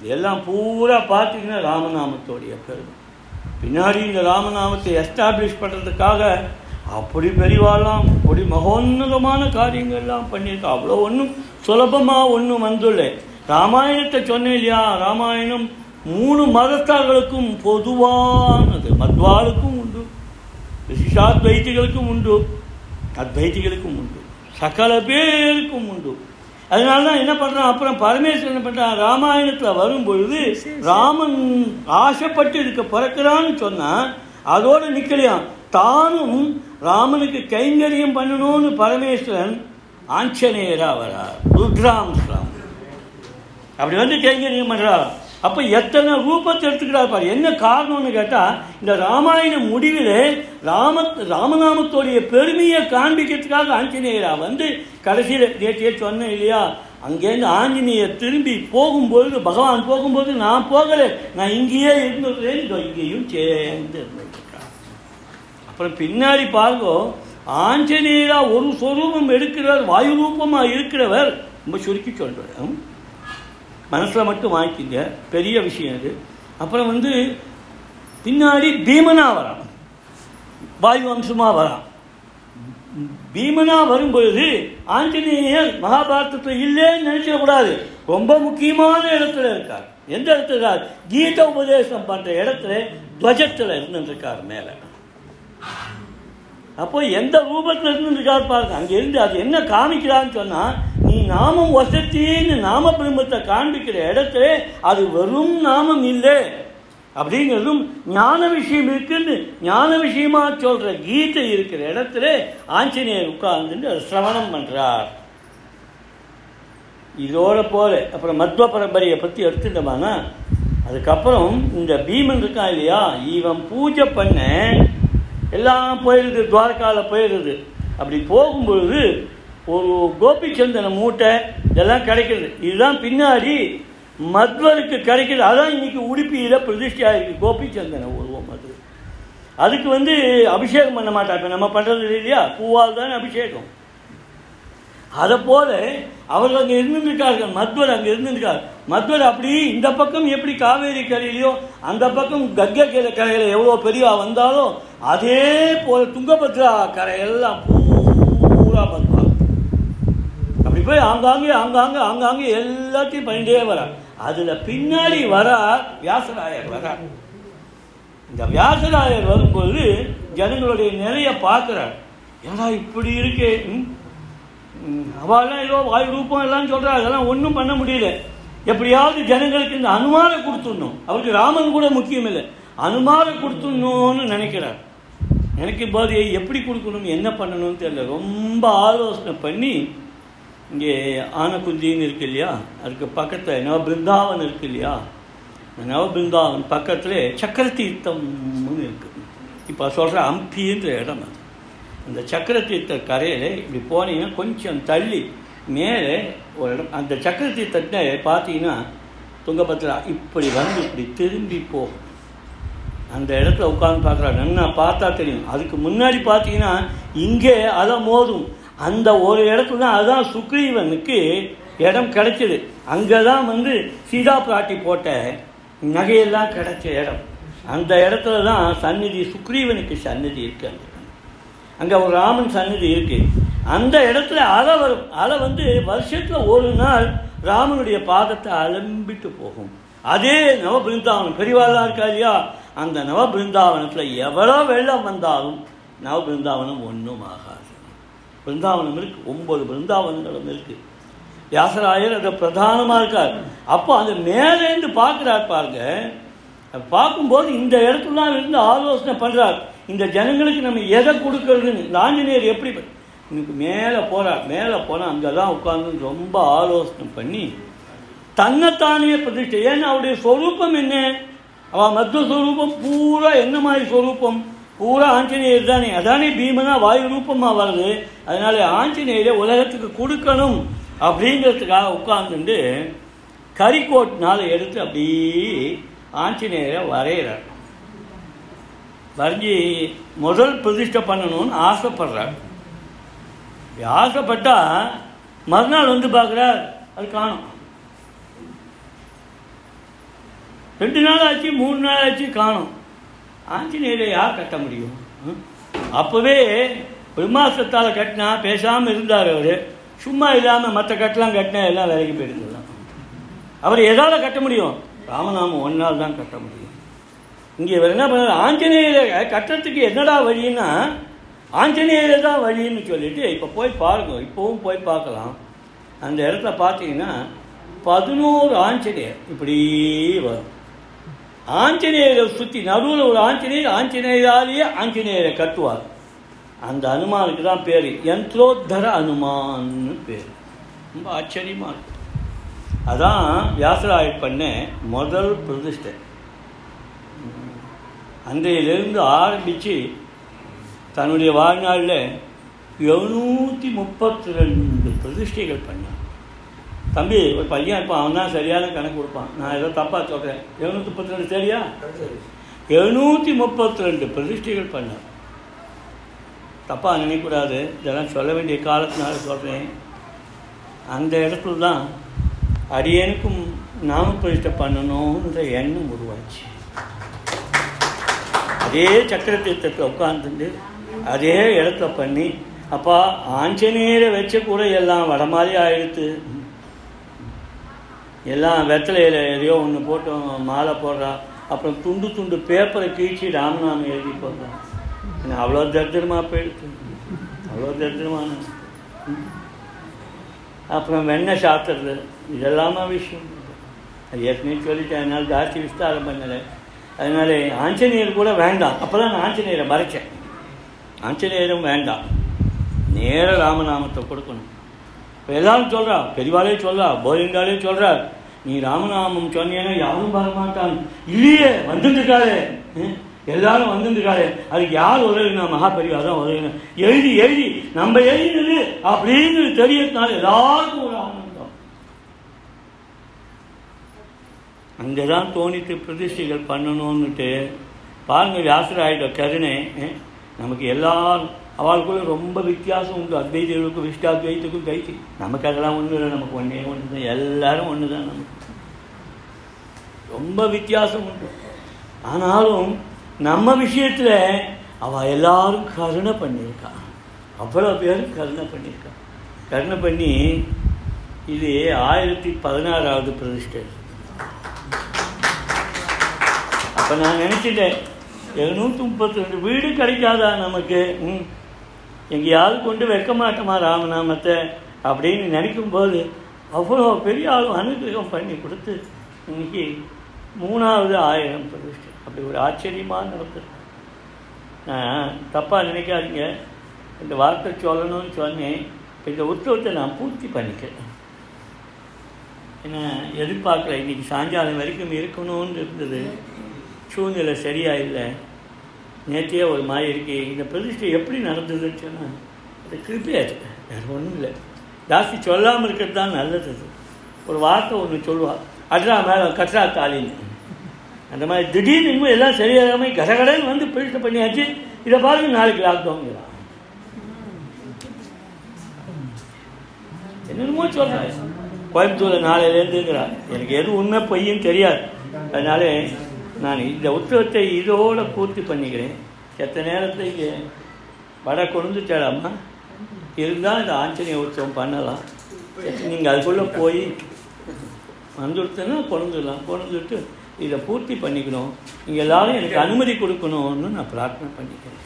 A: இதெல்லாம் பூரா பார்த்தீங்கன்னா ராமநாமத்தோடைய பெருமை பின்னாடி இந்த ராமநாமத்தை எஸ்டாப்ளிஷ் பண்ணுறதுக்காக அப்படி பெரிவாலாம் அப்படி மகோன்னதமான காரியங்கள்லாம் பண்ணியிருக்கா அவ்வளோ ஒன்றும் சுலபமாக ஒன்றும் வந்துள்ள ராமாயணத்தை சொன்னேன் இல்லையா ராமாயணம் மூணு மதத்தார்களுக்கும் பொதுவானது மத்வாளுக்கும் உண்டு விசிஷாத்வைத்திகளுக்கும் உண்டு அத்வைத்திகளுக்கும் உண்டு சகல பேருக்கும் உண்டு அதனால தான் என்ன பண்ணுறான் அப்புறம் பரமேஸ்வரன் என்ன பண்ணுறான் ராமாயணத்தில் வரும் பொழுது ராமன் ஆசைப்பட்டு இருக்க பிறக்கிறான்னு சொன்னால் அதோடு நிற்கலையாம் தானும் ராமனுக்கு கைங்கரியம் பண்ணணும்னு பரமேஸ்வரன் ஆஞ்சநேயராக வரார் ருத்ராம்ஸ்லாம் அப்படி வந்து கைங்கரியம் பண்ணுறாராம் அப்போ எத்தனை ரூபத்தை எடுத்துக்கிறார் பாரு என்ன காரணம்னு கேட்டால் இந்த ராமாயண முடிவில் ராம ராமநாமத்தோடைய பெருமையை காண்பிக்கிறதுக்காக ஆஞ்சநேயரா வந்து கடைசியில் நேற்றையே சொன்னேன் இல்லையா அங்கேருந்து ஆஞ்சநேயர் திரும்பி போகும்பொழுது பகவான் போகும்போது நான் போகலை நான் இங்கேயே இருந்துடுறேன் இதோ இங்கேயும் சேர்ந்து இருந்துருக்கான் அப்புறம் பின்னாடி பாருங்க ஆஞ்சநேயரா ஒரு சொரூபம் எடுக்கிறவர் வாயு ரூபமாக இருக்கிறவர் ரொம்ப சுருக்கி சொல்கிறேன் மனசில் மட்டும் வாங்கிக்கிங்க பெரிய விஷயம் அது அப்புறம் வந்து பின்னாடி பீமனா வரான் வாயு அம்சமாக வரான் பீமனா வரும்பொழுது ஆஞ்சநேயர் மகாபாரதத்தில் இல்லைன்னு நினைச்சிடக்கூடாது ரொம்ப முக்கியமான இடத்துல இருக்கார் எந்த இடத்துல இருக்கார் கீத உபதேசம் பண்ணுற இடத்துல துவஜத்தில் இருந்துருக்கார் மேலே அப்போ எந்த ரூபத்தில் இருந்து இருக்கார் பாருங்க அங்கே இருந்து அது என்ன காமிக்கிறான்னு சொன்னால் நீ நாமம் வசத்தின்னு நாம பிரம்மத்தை காண்பிக்கிற இடத்துல அது வெறும் நாமம் இல்லை அப்படிங்கிறதும் ஞான விஷயம் இருக்குன்னு ஞான விஷயமா சொல்கிற கீதை இருக்கிற இடத்துல ஆஞ்சநேயர் உட்கார்ந்துட்டு அதை சிரவணம் பண்ணுறார் இதோட போல அப்புறம் மத்வ பரம்பரையை பற்றி எடுத்துட்டோமானா அதுக்கப்புறம் இந்த பீமன் இருக்கான் இல்லையா இவன் பூஜை பண்ண எல்லாம் போயிடுது துவாரகாவில் போயிடுது அப்படி போகும்பொழுது ஒரு கோபிச்சந்தன மூட்டை இதெல்லாம் கிடைக்கிறது இதுதான் பின்னாடி மத்வருக்கு கிடைக்கிறது அதான் இன்னைக்கு உடுப்பியில் பிரதிஷ்டையாக இருக்குது கோபிச்சந்தன உருவம் அது அதுக்கு வந்து அபிஷேகம் பண்ண மாட்டா இப்போ நம்ம பண்ணுறது இல்லையா பூவால் தானே அபிஷேகம் அதை போல அவர்கள் அங்கே இருந்திருக்கார்கள் மத்வர் அங்கே இருந்திருக்கார் மதுரை அப்படி இந்த பக்கம் எப்படி காவேரி கரையிலையோ அந்த பக்கம் கங்கை கரை கரையில் எவ்வளோ பெரியா வந்தாலும் அதே போல் துங்கபத்ரா கரையெல்லாம் பூரா பத்மா அப்படி போய் ஆங்காங்கே ஆங்காங்கே ஆங்காங்கே எல்லாத்தையும் பண்ணிட்டே வரார் அதில் பின்னாடி வரார் வியாசராயர் வரார் இந்த வியாசராயர் வரும்போது ஜனங்களுடைய நிலையை பார்க்குறார் ஏன்னா இப்படி இருக்கு ம்? ம், அவெல்லாம் ஏதோ வாய் ரூபம் எல்லாம் சொல்கிறா அதெல்லாம் ஒன்றும் பண்ண முடியல எப்படியாவது ஜனங்களுக்கு இந்த அனுமாரை கொடுத்துடணும் அவருக்கு ராமன் கூட முக்கியம் இல்லை அனுமாரை கொடுத்துடணும்னு நினைக்கிறார் நினைக்கும் போது எப்படி கொடுக்கணும் என்ன பண்ணணும்னு தெரியல ரொம்ப ஆலோசனை பண்ணி இங்கே ஆனக்குந்தின்னு இருக்கு இல்லையா அதுக்கு பக்கத்தில் நவபிருந்தாவன் இருக்கு இல்லையா இந்த நவபிருந்தாவன் பக்கத்தில் சக்கர தீர்த்தம்னு இருக்குது இப்போ சொல்கிற அம்பின்ற இடம் அது அந்த சக்கர தீர்த்த கரையில் இப்படி போனீங்கன்னா கொஞ்சம் தள்ளி மேலே ஒரு இடம் அந்த சக்கர தீர்த்தத்தை பார்த்தீங்கன்னா துங்கபத்ரா இப்படி வந்து இப்படி திரும்பி போ அந்த இடத்துல உட்கார்ந்து பார்க்குறாரு நல்லா பார்த்தா தெரியும் அதுக்கு முன்னாடி பார்த்தீங்கன்னா இங்கே அலை மோதும் அந்த ஒரு இடத்துல தான் அதான் சுக்ரீவனுக்கு இடம் கிடைச்சது அங்கே தான் வந்து சீதா பிராட்டி போட்ட நகையெல்லாம் கிடைச்ச இடம் அந்த இடத்துல தான் சந்நிதி சுக்ரீவனுக்கு சந்நிதி இருக்கு அந்த இடம். அங்கே ஒரு ராமன் சந்நிதி இருக்கு அந்த இடத்துல அலை வரும் அலை வந்து வருஷத்தில் ஒரு நாள் ராமனுடைய பாதத்தை அலம்பிட்டு போகும் அதே நவ பிருந்தாவனம் பெரியவாளாக இருக்கா இல்லையா அந்த நவ பிருந்தாவனத்தில் எவ்வளோ வெள்ளம் வந்தாலும் நவ பிருந்தாவனம் ஒன்றும் ஆகாது பிருந்தாவனம் இருக்கு ஒன்பது பிருந்தாவனங்களும் இருக்கு வியாசராயர் அதை பிரதானமாக இருக்கார் அப்போ அந்த மேலேருந்து பார்க்குறார் பாருங்க பார்க்கும்போது இந்த இடத்துலாம் இருந்து ஆலோசனை பண்ணுறார் இந்த ஜனங்களுக்கு நம்ம எதை கொடுக்கறதுன்னு இந்த ஆஞ்சநேயர் எப்படி ப- இன்னைக்கு மேலே போகிறார் மேலே போனால் அங்கே தான் உட்கார்ந்து ரொம்ப ஆலோசனை பண்ணி தன்னைத்தானே பிரதிஷ்டை ஏன்னா அவருடைய சொரூபம் என்ன அவன் மத்த சொரூபம் பூரா என்ன மாதிரி சொரூபம் பூரா ஆஞ்சநேயர் தானே அதானே பீமனா வாயு ரூபமாக வருது அதனால ஆஞ்சநேயரை உலகத்துக்கு கொடுக்கணும் அப்படிங்கிறதுக்காக உட்கார்ந்துட்டு கறிக்கோட்டினால் எடுத்து அப்படியே ஆஞ்சநேயரை வரைகிறார் வரைஞ்சி முதல் பிரதிஷ்டை பண்ணணும்னு ஆசைப்படுறார் இப்படி ஆசைப்பட்டா மறுநாள் வந்து பார்க்குறார் அது காணும் ரெண்டு நாள் ஆச்சு மூணு நாள் ஆச்சு காணும் ஆஞ்சநேயரை யார் கட்ட முடியும் ம்? அப்போவே பிரம்மாஸ்திரத்தால் கட்டினா பேசாமல் இருந்தார் அவர் சும்மா இல்லாமல் மற்ற கட்டெலாம் கட்டினா எல்லாம் வேலைக்கு போயிடுதுலாம் அவர் எதால் கட்ட முடியும் ராமநாமம் ஒரு நாள் தான் கட்ட முடியும் இங்கே இவர் என்ன பண்ணார் ஆஞ்சநேயரை கட்டுறதுக்கு என்னடா வழின்னா ஆஞ்சநேயரை தான் வழின்னு சொல்லிட்டு இப்போ போய் பாருங்க இப்போவும் போய் பார்க்கலாம் அந்த இடத்துல பார்த்தீங்கன்னா பதினோரு ஆஞ்சநேயர் இப்படி வரும் ஆஞ்சநேயரை சுற்றி நடுவில் ஒரு ஆஞ்சநேயர் ஆஞ்சநேயராலேயே ஆஞ்சநேயரை கட்டுவார் அந்த அனுமானுக்கு தான் பேர் யந்திரோத்தர அனுமான்னு பேர் ரொம்ப ஆச்சரியமாக இருக்கு அதான் வியாசராயர் பண்ண முதல் பிரதிஷ்டை அன்றையிலிருந்து ஆரம்பித்து தன்னுடைய வாழ்நாளில் எழுநூற்றி முப்பத்தி ரெண்டு பிரதிஷ்டைகள் பண்ணார் தம்பி ஒரு பையன் இருப்பான் அவன் தான் சரியான கணக்கு கொடுப்பான் நான் ஏதோ தப்பாக சொல்கிறேன் எழுநூற்றி முப்பத்தி ரெண்டு சரியா எழுநூற்றி முப்பத்தி ரெண்டு பிரதிஷ்டைகள் பண்ணார் தப்பாக நினைக்கக்கூடாது இதெல்லாம் சொல்ல வேண்டிய காலத்தினால சொல்கிறேன் அந்த இடத்துல தான் அடியனுக்கும் நாம பிரதிஷ்டை பண்ணணுன்ற எண்ணம் உருவாச்சு அதே சக்கர தீர்த்தத்தில் உட்காந்துட்டு அதே இடத்துல பண்ணி அப்பா ஆஞ்சநேயரை வச்ச கூட எல்லாம் வட மாதிரி ஆயிடுத்து எல்லாம் வெத்தலையில் எதையோ ஒன்று போட்டு மாலை போடுறா அப்புறம் துண்டு துண்டு பேப்பரை கீழ்ச்சி ராமநாமம் எழுதி போடுறா என்ன அவ்வளோ தரித்திரமாக போயிடுத்து அவ்வளோ தரித்திரமான அப்புறம் வெண்ணெய் சாப்பிட்றது இதெல்லாமா விஷயம் அது ஏற்கனவே சொல்லிட்டேன் அதனால் ஜாஸ்தி விஸ்தாரம் பண்ணலை அதனால ஆஞ்சநேயர் கூட வேண்டாம் அப்போ தான் நான் ஆஞ்சநேயரை மறைச்சேன் ஆஞ்சநேயரும் வேண்டாம் நேர ராமநாமத்தை கொடுக்கணும் இப்போ எல்லாரும் சொல்கிறா பெரியவாளே சொல்கிறா போலிங்காலே சொல்கிறா நீ ராமநாமம் சொன்னீங்கன்னா யாரும் வரமாட்டான் இல்லையே வந்துட்டுருக்காளே எல்லாரும் வந்துட்டுருக்காளே அதுக்கு யார் உதவினா மகாபரிவா தான் உதவினா எழுதி எழுதி நம்ம எழுதினது அப்படின்னு தெரியறதுனால எல்லாருக்கும் ஒரு ஆனந்தம் அங்கே தான் தோணித்து பிரதிஷ்டைகள் பண்ணணும்னுட்டு பாருங்க வியாசராயிட்ட கருணை ஏ, நமக்கு எல்லாரும் அவளுக்குள்ள ரொம்ப வித்தியாசம் உண்டு அத்வைதர்களுக்கும் விஷ்டாத்வைத்துக்கும் கைத்தி நமக்கு அதெல்லாம் ஒன்று இல்லை நமக்கு ஒன்றே ஒன்று தான் எல்லாரும் ஒன்று தான் நமக்கு ரொம்ப வித்தியாசம் உண்டு ஆனாலும் நம்ம விஷயத்தில் அவள் எல்லாரும் கருணை பண்ணியிருக்கா அவ்வளோ பேரும் கருணை பண்ணியிருக்கா கருணை பண்ணி இது ஆயிரத்தி பதினாறாவது பிரதிஷ்டை அப்போ நான் நினச்சிட்டேன் எழுநூற்றி முப்பத்தி ரெண்டு வீடு கிடைக்காதா நமக்கு ம் எங்கேயாவது கொண்டு வைக்க மாட்டோமா ராமநாமத்தை அப்படின்னு நினைக்கும்போது அவ்வளோ பெரிய ஆளும் அனுகிரகம் பண்ணி கொடுத்து இன்னைக்கு மூணாவது ஆயிரம் பிரதிஷ்டை அப்படி ஒரு ஆச்சரியமாக நடக்குது நான் தப்பாக நினைக்காதீங்க இந்த வார்த்தை சொல்லணும்னு சொன்னேன் இப்ப இந்த உற்சவத்தை நான் பூர்த்தி பண்ணிக்கிறேன் ஏன்னா எதிர்பார்க்கல இன்னைக்கு சாயங்காலம் வரைக்கும் இருக்கணும்னு இருந்தது சூழ்நிலை சரியா இல்லை நேத்தியே ஒரு மாதிரி இருக்கு இந்த பிரதிஷ்டை எப்படி நடந்ததுன்னு சொன்னா அது கிருப்பையாது வேறு ஒன்றும் இல்லை ஜாஸ்தி சொல்லாமல் இருக்கிறது தான் நல்லது அது ஒரு வார்த்தை ஒன்று சொல்லுவாள் அட்ரா மேலே கட்ரா தாலின்னு அந்த மாதிரி திடீர்னு இன்னும் எல்லாம் சரியாகாம கடகடன்னு வந்து பிரதிஷ்டை பண்ணியாச்சு இதை பாருங்க நாளைக்கு லாக்டவுன்கிறான் என்னென்னமோ சொல்கிறாரு கோயம்புத்தூரில் நாளையிலேருந்துங்கிறா எனக்கு எது உண்மை பொய்யும் தெரியாது அதனால நான் இந்த உத்தரத்தை இதோட பூர்த்தி பண்ணிக்கிறேன் எத்த நேரத்தில் இங்கே வடை கொழுந்து தேடாமா இருந்தால் இந்த ஆஞ்சநேய உற்சவம் பண்ணலாம் நீங்கள் அதுக்குள்ளே போய் வந்துடுத்துன்னா கொழுந்துடலாம் கொழுந்துட்டு இதை பூர்த்தி பண்ணிக்கணும் நீங்கள் எல்லாரும் எனக்கு அனுமதி கொடுக்கணும்னு நான் பிரார்த்தனை பண்ணிக்கிறேன்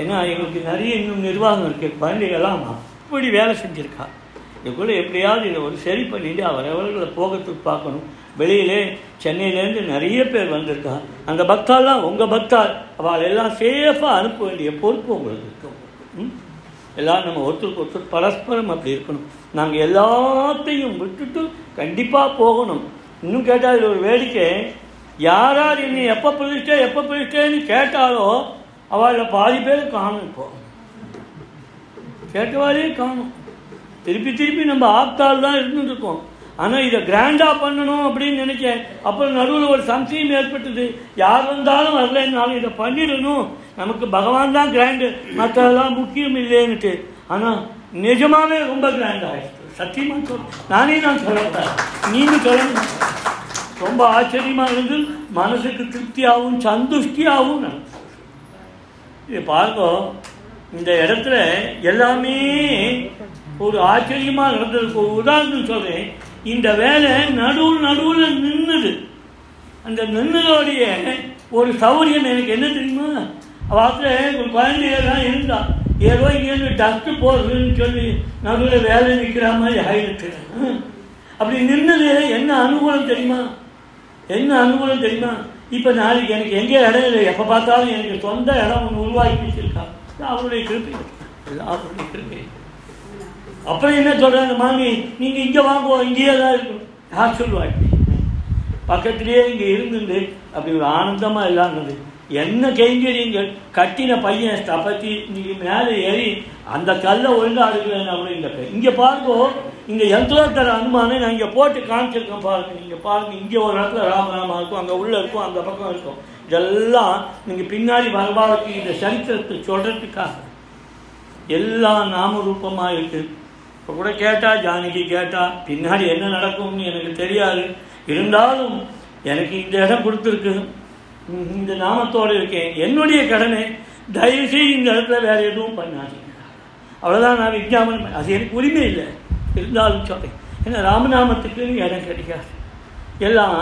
A: ஏன்னா எங்களுக்கு நிறைய இன்னும் நிர்வாகம் இருக்குது குழந்தைகள்லாம் அப்படி வேலை செஞ்சுருக்கா இதுக்குள்ளே எப்படியாவது இதை ஒரு சரி பண்ணிட்டு அவரவர்களை போகத்துக்கு பார்க்கணும் வெளியிலே சென்னையிலேருந்து நிறைய பேர் வந்திருக்கா அந்த பக்தாலாம் உங்கள் பக்தால் அவளை எல்லாம் சேஃபாக அனுப்ப வேண்டிய பொறுப்பு உங்களுக்கு இருக்கும் ம்? எல்லாரும் நம்ம ஒருத்தருக்கு ஒருத்தர் பரஸ்பரம் அப்படி இருக்கணும் நாங்கள் எல்லாத்தையும் விட்டுட்டு கண்டிப்பாக போகணும் இன்னும் கேட்டால் இது ஒரு வேடிக்கை யார் யார் என்னை எப்போ பிரதிஷ்டை எப்போ பிரதிஷ்டைன்னு கேட்டாலோ அவளில் பாதி பேர் காணும் இப்போ கேட்டவாலே காணும் திருப்பி திருப்பி நம்ம ஆப்தால் தான் இருந்துட்டு இருக்கோம் ஆனால் இதை கிராண்டாக பண்ணணும் அப்படின்னு நினைச்சேன் அப்புறம் நடுவில் ஒரு சம்சயம் ஏற்பட்டது யார் வந்தாலும் வரலைன்னாலும் இதை பண்ணிடணும் நமக்கு பகவான் தான் கிராண்டு மற்றதெல்லாம் முக்கியம் இல்லைன்னுட்டு ஆனால் நிஜமாவே ரொம்ப கிராண்ட் ஆயிடுச்சு சத்தியமாக சொல்ல நானே நான் சொல்லட்டேன் நீங்கள் சொல்லணும் ரொம்ப ஆச்சரியமாக இருந்து மனசுக்கு திருப்தியாகவும் சந்துஷ்டியாகவும் நடந்தது இது பார்க்கும் இந்த இடத்துல எல்லாமே ஒரு ஆச்சரியமாக நடந்திருக்கு ஒரு உதாரணம் சொல்கிறேன் இந்த வேலை நடுவில் நடுவில் நின்னுது அந்த நின்னதோடைய ஒரு சௌரியம் எனக்கு என்ன தெரியுமா அவத்துல ஒரு குழந்தையெல்லாம் இருந்தா ஏதோ இங்கேருந்து டஸ்ட்டு போகுதுன்னு சொல்லி நடுவில் வேலை நிற்கிற மாதிரி ஆயிருக்கு ம். அப்படி நின்னது என்ன அனுகூலம் தெரியுமா என்ன அனுகூலம் தெரியுமா இப்போ நாளைக்கு எனக்கு எங்கே இடம் இல்லை எப்போ பார்த்தாலும் எனக்கு சொந்த இடம் ஒன்று உருவாக்கி வச்சிருக்கா இது அவருடைய கிருப்பை இது அவருடைய கிருப்பை அப்புறம் என்ன சொல்கிறாங்க மாமி நீங்கள் இங்கே வாங்குவோ இங்கேயே தான் இருக்கணும் யார் சொல்லுவா இப்படி பக்கத்திலேயே இங்கே இருந்துட்டு அப்படி ஒரு ஆனந்தமாக இல்லாமல் என்ன கைங்கரியங்கள் கட்டின பையன் ஸ்தபத்தி இன்னைக்கு மேலே ஏறி அந்த கல்லை ஒழுங்கா அடுக்கலன்னு அப்படின்னு இங்கே பாருங்கோ இங்கே யந்திரோத்தர அனுமானம் நான் இங்கே போட்டு காமிச்சிருக்கேன் பாருங்க நீங்கள் பாருங்க இங்கே ஒரு இடத்துல ராமராமா இருக்கும் அங்கே உள்ளே இருக்கும் அந்த பக்கம் இருக்கும் இதெல்லாம் நீங்கள் பின்னாடி வரவாருக்கு இந்த சரித்திரத்தை சொல்கிறதுக்காக எல்லாம் நாம ரூபமாக இருக்கு இப்போ கூட கேட்டா ஜானகி கேட்டா பின்னாடி என்ன நடக்கும்னு எனக்கு தெரியாது இருந்தாலும் எனக்கு இந்த இடம் கொடுத்துருக்கு ம், இந்த நாமத்தோடு இருக்கேன் என்னுடைய கடனை தயவு செய்து இந்த இடத்துல வேற எதுவும் பண்ணாதீங்க அவ்வளோதான் நான் விஞ்ஞாபனம் பண்ண- அது எனக்கு உரிமை இல்லை இருந்தாலும் சொல்கிறேன் ஏன்னா ராமநாமத்துக்குன்னு இடம் கிடைக்காது எல்லாம்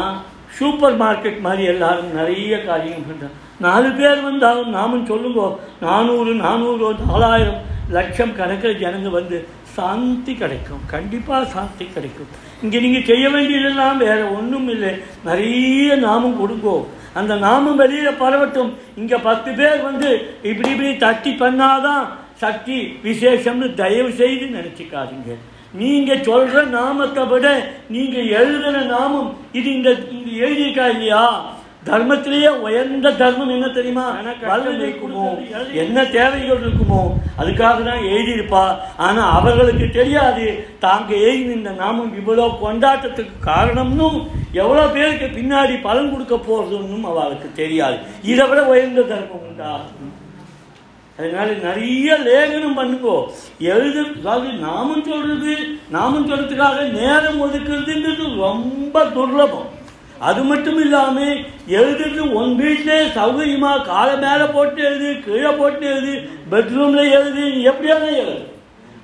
A: சூப்பர் மார்க்கெட் மாதிரி எல்லாரும் நிறைய காரியம் பண்ணுறாங்க நாலு பேர் வந்தாலும் நாமும் சொல்லுங்கோ நானூறு நானூறு நாலாயிரம் லட்சம் கணக்கில் ஜனங்க வந்து சாந்தி கிடைக்கும் கண்டிப்பாக சாந்தி கிடைக்கும் இங்கே நீங்கள் செய்ய வேண்டியதெல்லாம் வேறு ஒன்றும் இல்லை நிறைய நாமம் கொடுங்கோ அந்த நாமம் வெளியில் பரவட்டும் இங்கே பத்து பேர் வந்து இப்படி இப்படி தட்டி பண்ணாதான் சக்தி விசேஷம்னு தயவு செய்து நினச்சிக்காதீங்க நீங்க சொல்ற நாமத்தை விட நீங்க எழுதுன நாமம் இது இந்த இங்க எழுதியிருக்கா இல்லையா தர்மத்திலேயே உயர்ந்த தர்மம் என்ன தெரியுமா வல்லமை இருக்குமோ என்ன தேவைகள் இருக்குமோ அதுக்காக தான் எழுதியிருப்பா ஆனா அவர்களுக்கு தெரியாது தாங்க எழுதின இந்த நாமம் இவ்வளவு கொண்டாட்டத்துக்கு காரணம்னும் எவ்வளவு பேருக்கு பின்னாடி பலன் கொடுக்க போறதுன்னும் அவளுக்கு தெரியாது இதை விட உயர்ந்த தர்மம் உண்டா அதனால நிறைய லேகனம் பண்ணுங்கோ எழுது அதாவது நாமம் சொல்றது நாமம் சொல்றதுக்காக நேரம் ஒதுக்குறதுன்றது ரொம்ப துர்லபம் அது மட்டும் இல்லாமல் எழுதுறது உன் வீட்டிலே சௌகரியமாக காலை மேலே போட்டு எழுது கீழே போட்டு எழுது பெட்ரூமில் எழுது நீ எப்படியாவது எழுது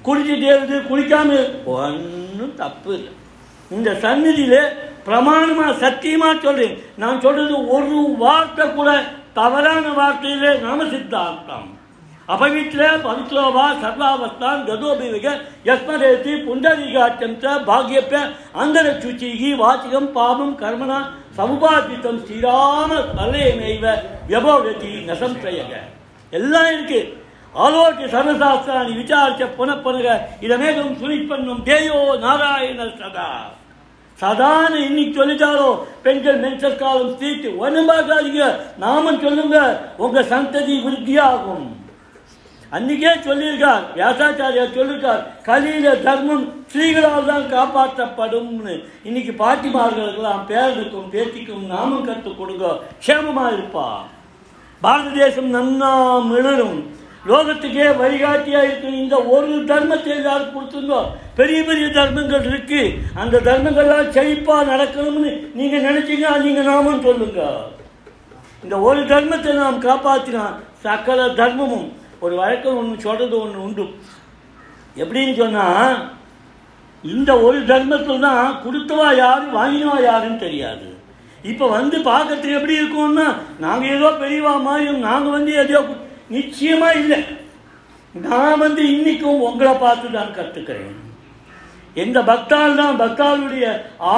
A: குடிச்சிட்டு எழுது குளிக்காமல் எழுது ஒன்றும் தப்பு இல்லை இந்த சந்நிதியில பிரமாணமாக சத்தியமாக சொல்கிறேன் நான் சொல்கிறது ஒரு வார்த்தை கூட தவறான வார்த்தையிலே நாம சித்தார்த்தம் அபவித்ர பவித்ரோவா சர்வாவஸ்தான் கதோபிவிக யஸ்மரேதி புண்டரீகாட்டம் ச பாக்யப்ப அந்தர சுச்சிகி வாச்சிகம் பாபம் கர்மணா சமுபாதித்தம் ஸ்ரீராம அலையமைவ வியபோகதி நசம்சயக எல்லாம் இருக்கு ஆலோக்கிய சர்வசாஸ்திராணி விசாரிச்ச புனப்பனுக இதமேகம் சுனிப்பண்ணும் தேயோ நாராயண சதா சாதாரண இன்னைக்கு சொல்லிட்டாரோ பெண்கள் மென்சஸ் காலம் ஸ்திரீக்கு ஒன்றும் பார்க்காதீங்க நாமம் சொல்லுங்க உங்க சந்ததி விருத்தியாகும் அன்னைக்கே சொல்லியிருக்கார் வியாசாச்சாரியார் சொல்லியிருக்கார் கலியில தர்மம் ஸ்ரீகளால் தான் காப்பாற்றப்படும்னு இன்னைக்கு பாட்டிமார்களுக்கெல்லாம் பேரனுக்கும் பேத்திக்கும் நாமம் கற்றுக் கொடுங்க க்ஷேமமா இருப்பா பாரத தேசம் நன்னா மிளரும் லோகத்துக்கே வழிகாட்டியா இருக்கும் இந்த ஒரு தர்மத்தை எல்லாரும் கொடுத்துருந்தோ பெரிய பெரிய தர்மங்கள் இருக்கு அந்த தர்மங்கள்லாம் செழிப்பா நடக்கணும்னு நீங்க நினைச்சீங்க நீங்க நாமும் சொல்லுங்க இந்த ஒரு தர்மத்தை நாம் காப்பாற்றினா சகல தர்மமும் ஒரு வழக்கம் ஒன்று சொல்றது ஒன்று உண்டு எப்படின்னு சொன்னா இந்த ஒரு தர்மத்தில் தான் கொடுத்தவா யாரு வாங்கினவா யாருன்னு தெரியாது இப்போ வந்து பார்க்கறதுக்கு எப்படி இருக்கும்னா நாங்கள் ஏதோ பெரியவா மாதிரியும் நாங்கள் வந்து எதையோ நிச்சயமாக இல்லை நான் வந்து இன்னைக்கும் உங்களை பார்த்து தான் கற்றுக்கிறேன் எந்த பக்தால் தான் பக்தாளுடைய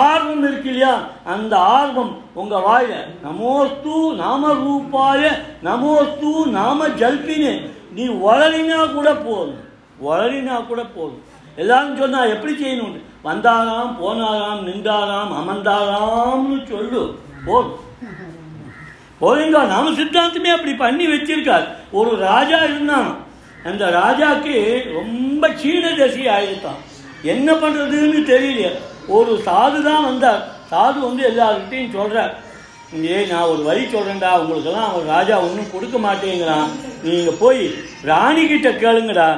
A: ஆர்வம் இருக்கு இல்லையா அந்த ஆர்வம் உங்கள் வாயில நமோஸ்து நாம ரூபாய நமோஸ்து நாம ஜல்பின்னு நீ வளரினா கூட போதும் வளரினா கூட போதும் எல்லாரும் சொன்னா எப்படி செய்யணும் வந்தாராம் போனாராம் நின்றாராம் அமர்ந்தாராம்னு சொல்லு போதும் போதுங்க நாம சித்தாந்தமே அப்படி பண்ணி வச்சிருக்கார் ஒரு ராஜா இருந்தான் அந்த ராஜாக்கு ரொம்ப சீன தசி ஆயிருக்கான் என்ன பண்ணுறதுன்னு தெரியல ஒரு சாது தான் வந்தார் சாது வந்து எல்லார்கிட்டையும் சொல்கிறார் ஏய் நான் ஒரு வழி சொல்கிறேன்டா உங்களுக்கெல்லாம் ஒரு ராஜா ஒன்றும் கொடுக்க மாட்டேங்கிறான் நீங்கள் போய் ராணிக்கிட்ட கேளுங்கடா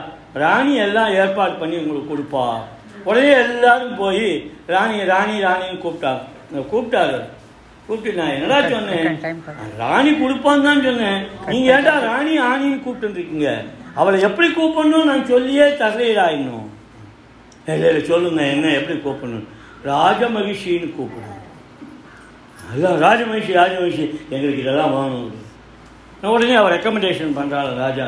A: ராணி எல்லாம் ஏற்பாடு பண்ணி உங்களுக்கு கொடுப்பா உடனே எல்லாரும் போய் ராணி ராணி ராணின்னு கூப்பிட்டாங்க கூப்பிட்டாரு கூப்பிட்டு நான் என்னடா சொன்னேன் ராணி கொடுப்பான்னு தான் சொன்னேன் நீங்க ஏன்டா ராணி ஆணின்னு கூப்பிட்டு இருக்கீங்க அவளை எப்படி கூப்பிடணும் நான் சொல்லியே தகலையிடா இன்னும் இல்லை இல்லை சொல்லுங்க என்ன எப்படி கூப்பிடணும் ராஜமகிஷின்னு கூப்பிடணும் அதுதான் ராஜமகிஷி ராஜமகிஷி எங்களுக்கு இதெல்லாம் வேணும் நான் உடனே அவள் ரெக்கமெண்டேஷன் பண்ணுறாள் ராஜா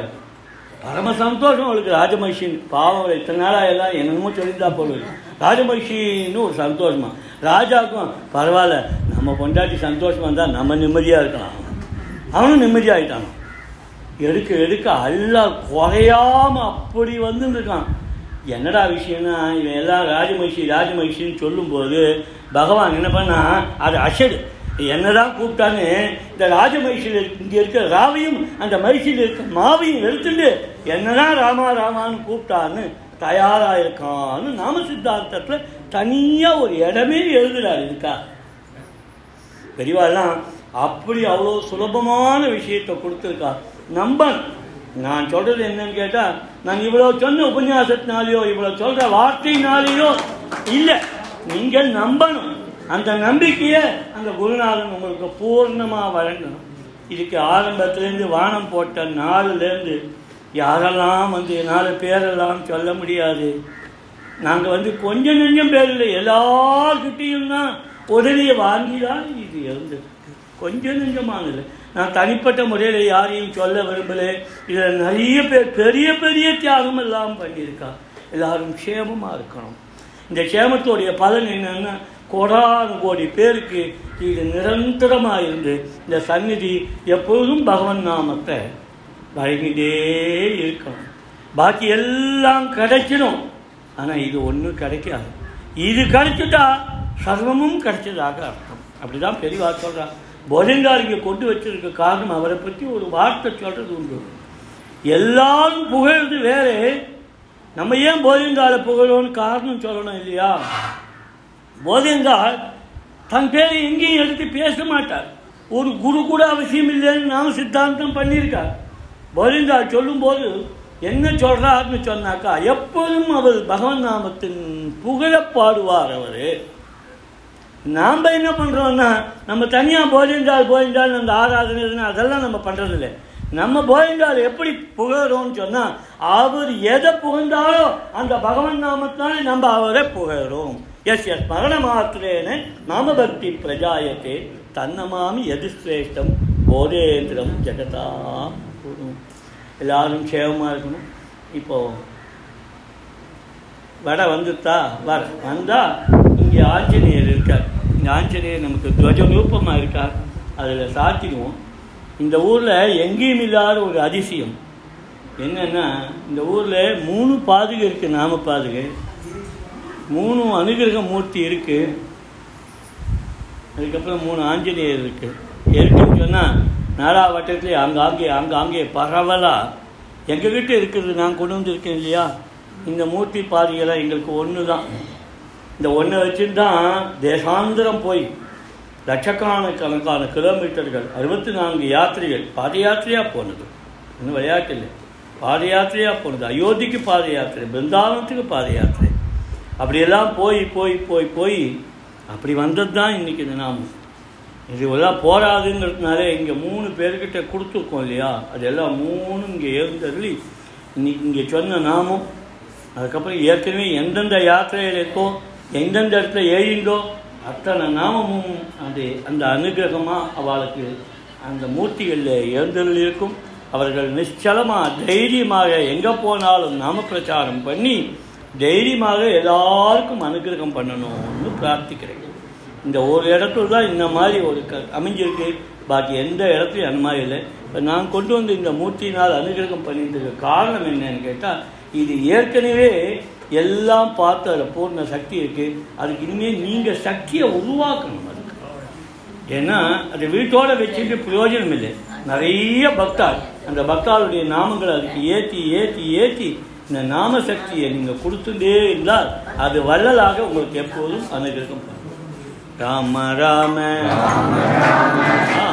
A: பரம சந்தோஷம் அவளுக்கு ராஜமகிஷின் பாவம் அவள் இத்தனை நாளாக எல்லாம் என்னென்னமோ சொல்லியிருந்தா போல இருக்கு. ராஜமகிஷின்னு ஒரு சந்தோஷமா ராஜாக்கும் பரவாயில்ல நம்ம பொண்டாட்டி சந்தோஷமா இருந்தால் நம்ம நிம்மதியாக இருக்கலாம் அவனும் நிம்மதியாகிட்டான் எடுக்க எடுக்க அல்லா குறையாம அப்படி வந்துன்னு இருக்கான் என்னடா விஷயம்னா இவன் எல்லாம் ராஜமகிஷி ராஜமகிஷின்னு சொல்லும்போது பகவான் என்ன பண்ணா அது அஷடு என்னதான் கூப்பிட்டான்னு இந்த ராஜமகிஷியில் இங்கே இருக்கிற ராவையும் அந்த மகிஷியில் இருக்கிற மாவையும் எடுத்துட்டு என்னதான் ராமா ராமான்னு கூப்பிட்டான்னு தயாராக இருக்கான்னு நாம சித்தாந்தத்தில் தனியாக ஒரு இடமே எழுதுறாரு இதுக்கா பெரியவாலாம் அப்படி அவ்வளோ சுலபமான விஷயத்தை கொடுத்துருக்கா நம்பன் நான் சொல்கிறது என்னன்னு கேட்டால் நான் இவ்வளோ சொன்ன உபன்யாசத்தினாலேயோ இவ்வளோ சொல்கிற வார்த்தையினாலேயோ இல்லை நீங்கள் நம்பணும் அந்த நம்பிக்கையை அந்த குருநாதன் உங்களுக்கு பூர்ணமாக வழங்கணும் இதுக்கு ஆரம்பத்துலேருந்து வானம் போட்ட நாளிலேருந்து யாரெல்லாம் வந்து என்னால் பேரெல்லாம் சொல்ல முடியாது நாங்கள் வந்து கொஞ்சம் நெஞ்சம் பேர் இல்லை எல்லார்கிட்டையும் தான் உதவியை வாங்கி தான் இது இருந்திருக்கு கொஞ்சம் நெஞ்சமானது நான் தனிப்பட்ட முறையில் யாரையும் சொல்ல விரும்பலை இதில் நிறைய பேர் பெரிய பெரிய தியாகம் எல்லாம் பண்ணியிருக்கா எல்லாரும் க்ஷேமமாக இருக்கணும் இந்த க்ஷேமத்தோடைய பலன் என்னன்னா கோடானு கோடி பேருக்கு இது நிரந்தரமாக இருந்து இந்த சந்நிதி எப்பொழுதும் பகவன் நாமத்தை வழங்கிட்டே இருக்கணும் பாக்கி எல்லாம் கிடைச்சிடும் ஆனால் இது ஒன்றும் கிடைக்காது இது கிடைச்சிட்டா சர்வமும் கிடைச்சதாக அர்த்தம் அப்படிதான் பெரியவா சொல்கிறார் போஜங்கார் இங்கே கொண்டு வச்சிருக்க காரணம் அவரை பற்றி ஒரு வார்த்தை சொல்கிறது உண்டு எல்லாரும் புகழ்ந்து வேறு நம்ம ஏன் போஜங்காரை புகழோன்னு காரணம் சொல்லணும் இல்லையா போதேந்தால் தன் பேரை எங்கேயும் எடுத்து பேச மாட்டார் ஒரு குரு கூட அவசியம் இல்லைன்னு நாம் சித்தாந்தம் பண்ணியிருக்கார் போதேந்தால் சொல்லும்போது என்ன சொல்கிறார்னு சொன்னாக்கா எப்போதும் அவர் பகவன் நாமத்தின் புகழ பாடுவார் அவர் நாம் என்ன பண்ணுறோம்னா நம்ம தனியாக போஜென்றால் போஜென்றால் அந்த ஆராதனை இதுன்னு அதெல்லாம் நம்ம பண்ணுறதில்ல நம்ம போஜென்றால் எப்படி புகழறோம்னு சொன்னால் அவர் எதை புகழ்ந்தாலோ அந்த பகவன் நாமத்தாலே நம்ம அவரை புகழறோம் எஸ் எஸ் மரண மாத்திரேன நாம பக்தி பிரஜாயத்தே தன்னமாமி எதிர்ஸ்ரேஷ்டம் போதேந்திரம் ஜெகதா குரு. எல்லாரும் சேவமாக இருக்கணும் இப்போது வட வந்துட்டா வர வந்தால் இங்கே ஆஞ்சநேயர் இருக்கார் இந்த ஆஞ்சநேயர் நமக்கு துவஜரூபமாக இருக்கார் அதில் சாத்திடுவோம் இந்த ஊரில் எங்கேயும் இல்லாத ஒரு அதிசயம் என்னென்னா இந்த ஊரில் மூணு பாதுகை இருக்குது நாம பாதுகை மூணு அனுகிரக மூர்த்தி இருக்குது அதுக்கப்புறம் மூணு ஆஞ்சநேயர் இருக்குது இருக்குன்னு சொன்னால் நாலா வட்டத்துலேயே அங்காங்கே அங்காங்கே பரவலாக எங்ககிட்ட இருக்கிறது நான் கொண்டு வந்திருக்கேன் இல்லையா இந்த மூர்த்தி பாதிகளாக எங்களுக்கு ஒன்று தான் இந்த ஒன்றை வச்சு தான் தேசாந்திரம் போய் லட்சக்கணக்கான கிலோமீட்டர்கள் அறுபத்தி நான்கு யாத்திரைகள் பாத யாத்திரையாக போனது இன்னும் விளையாட்டு இல்லை பாத யாத்திரையாக போனது அயோத்திக்கு பாத யாத்திரை பிருந்தாவனத்துக்கு பாத யாத்திரை அப்படியெல்லாம் போய் போய் போய் போய் அப்படி வந்தது தான் இன்றைக்கி இந்த நாமம் இது எல்லாம் போராதுங்கிறதுனால இங்கே மூணு பேர்கிட்ட கொடுத்துருக்கோம் இல்லையா அதெல்லாம் மூணு இங்கே எழுந்தருளி இன்னைக்கு இங்கே சொன்ன நாமம் அதுக்கப்புறம் ஏற்கனவே எந்தெந்த யாத்திரையில் இருக்கோ எந்தெந்த இடத்துல ஏறிண்டோ அத்தனை நாமமும் அது அந்த அனுகிரகமாக அவளுக்கு அந்த மூர்த்திகளில் எழுந்தருள் இருக்கும் அவர்கள் நிச்சலமாக தைரியமாக எங்கே போனாலும் நாம பிரச்சாரம் பண்ணி தைரியமாக எல்லாருக்கும் அனுகிரகம் பண்ணணும்னு பிரார்த்திக்கிறேன் இந்த ஒரு இடத்துல தான் இந்த மாதிரி ஒரு க அமைஞ்சிருக்கு பாக்கி எந்த இடத்துலையும் அந்த மாதிரி இல்லை இப்போ நான் கொண்டு வந்து இந்த மூர்த்தியினால் அனுகிரகம் பண்ணிட்டதுக்கு காரணம் என்னன்னு கேட்டால் இது ஏற்கனவே எல்லாம் பார்த்து அதில் பூர்ண சக்தி இருக்குது அதுக்கு இனிமேல் நீங்கள் சக்தியை உருவாக்கணும் அதுக்கு ஏன்னா அது வீட்டோட வச்சுட்டு பிரயோஜனம் இல்லை நிறைய பக்தாள் அந்த பக்தாளுடைய நாமங்களை அதுக்கு ஏற்றி ஏற்றி ஏற்றி இந்த நாம சக்தியை நீங்கள் கொடுத்துட்டே இருந்தால் அது வள்ளலாக உங்களுக்கு எப்போதும் அனுகிரகம் பண்ணும் ராம ராம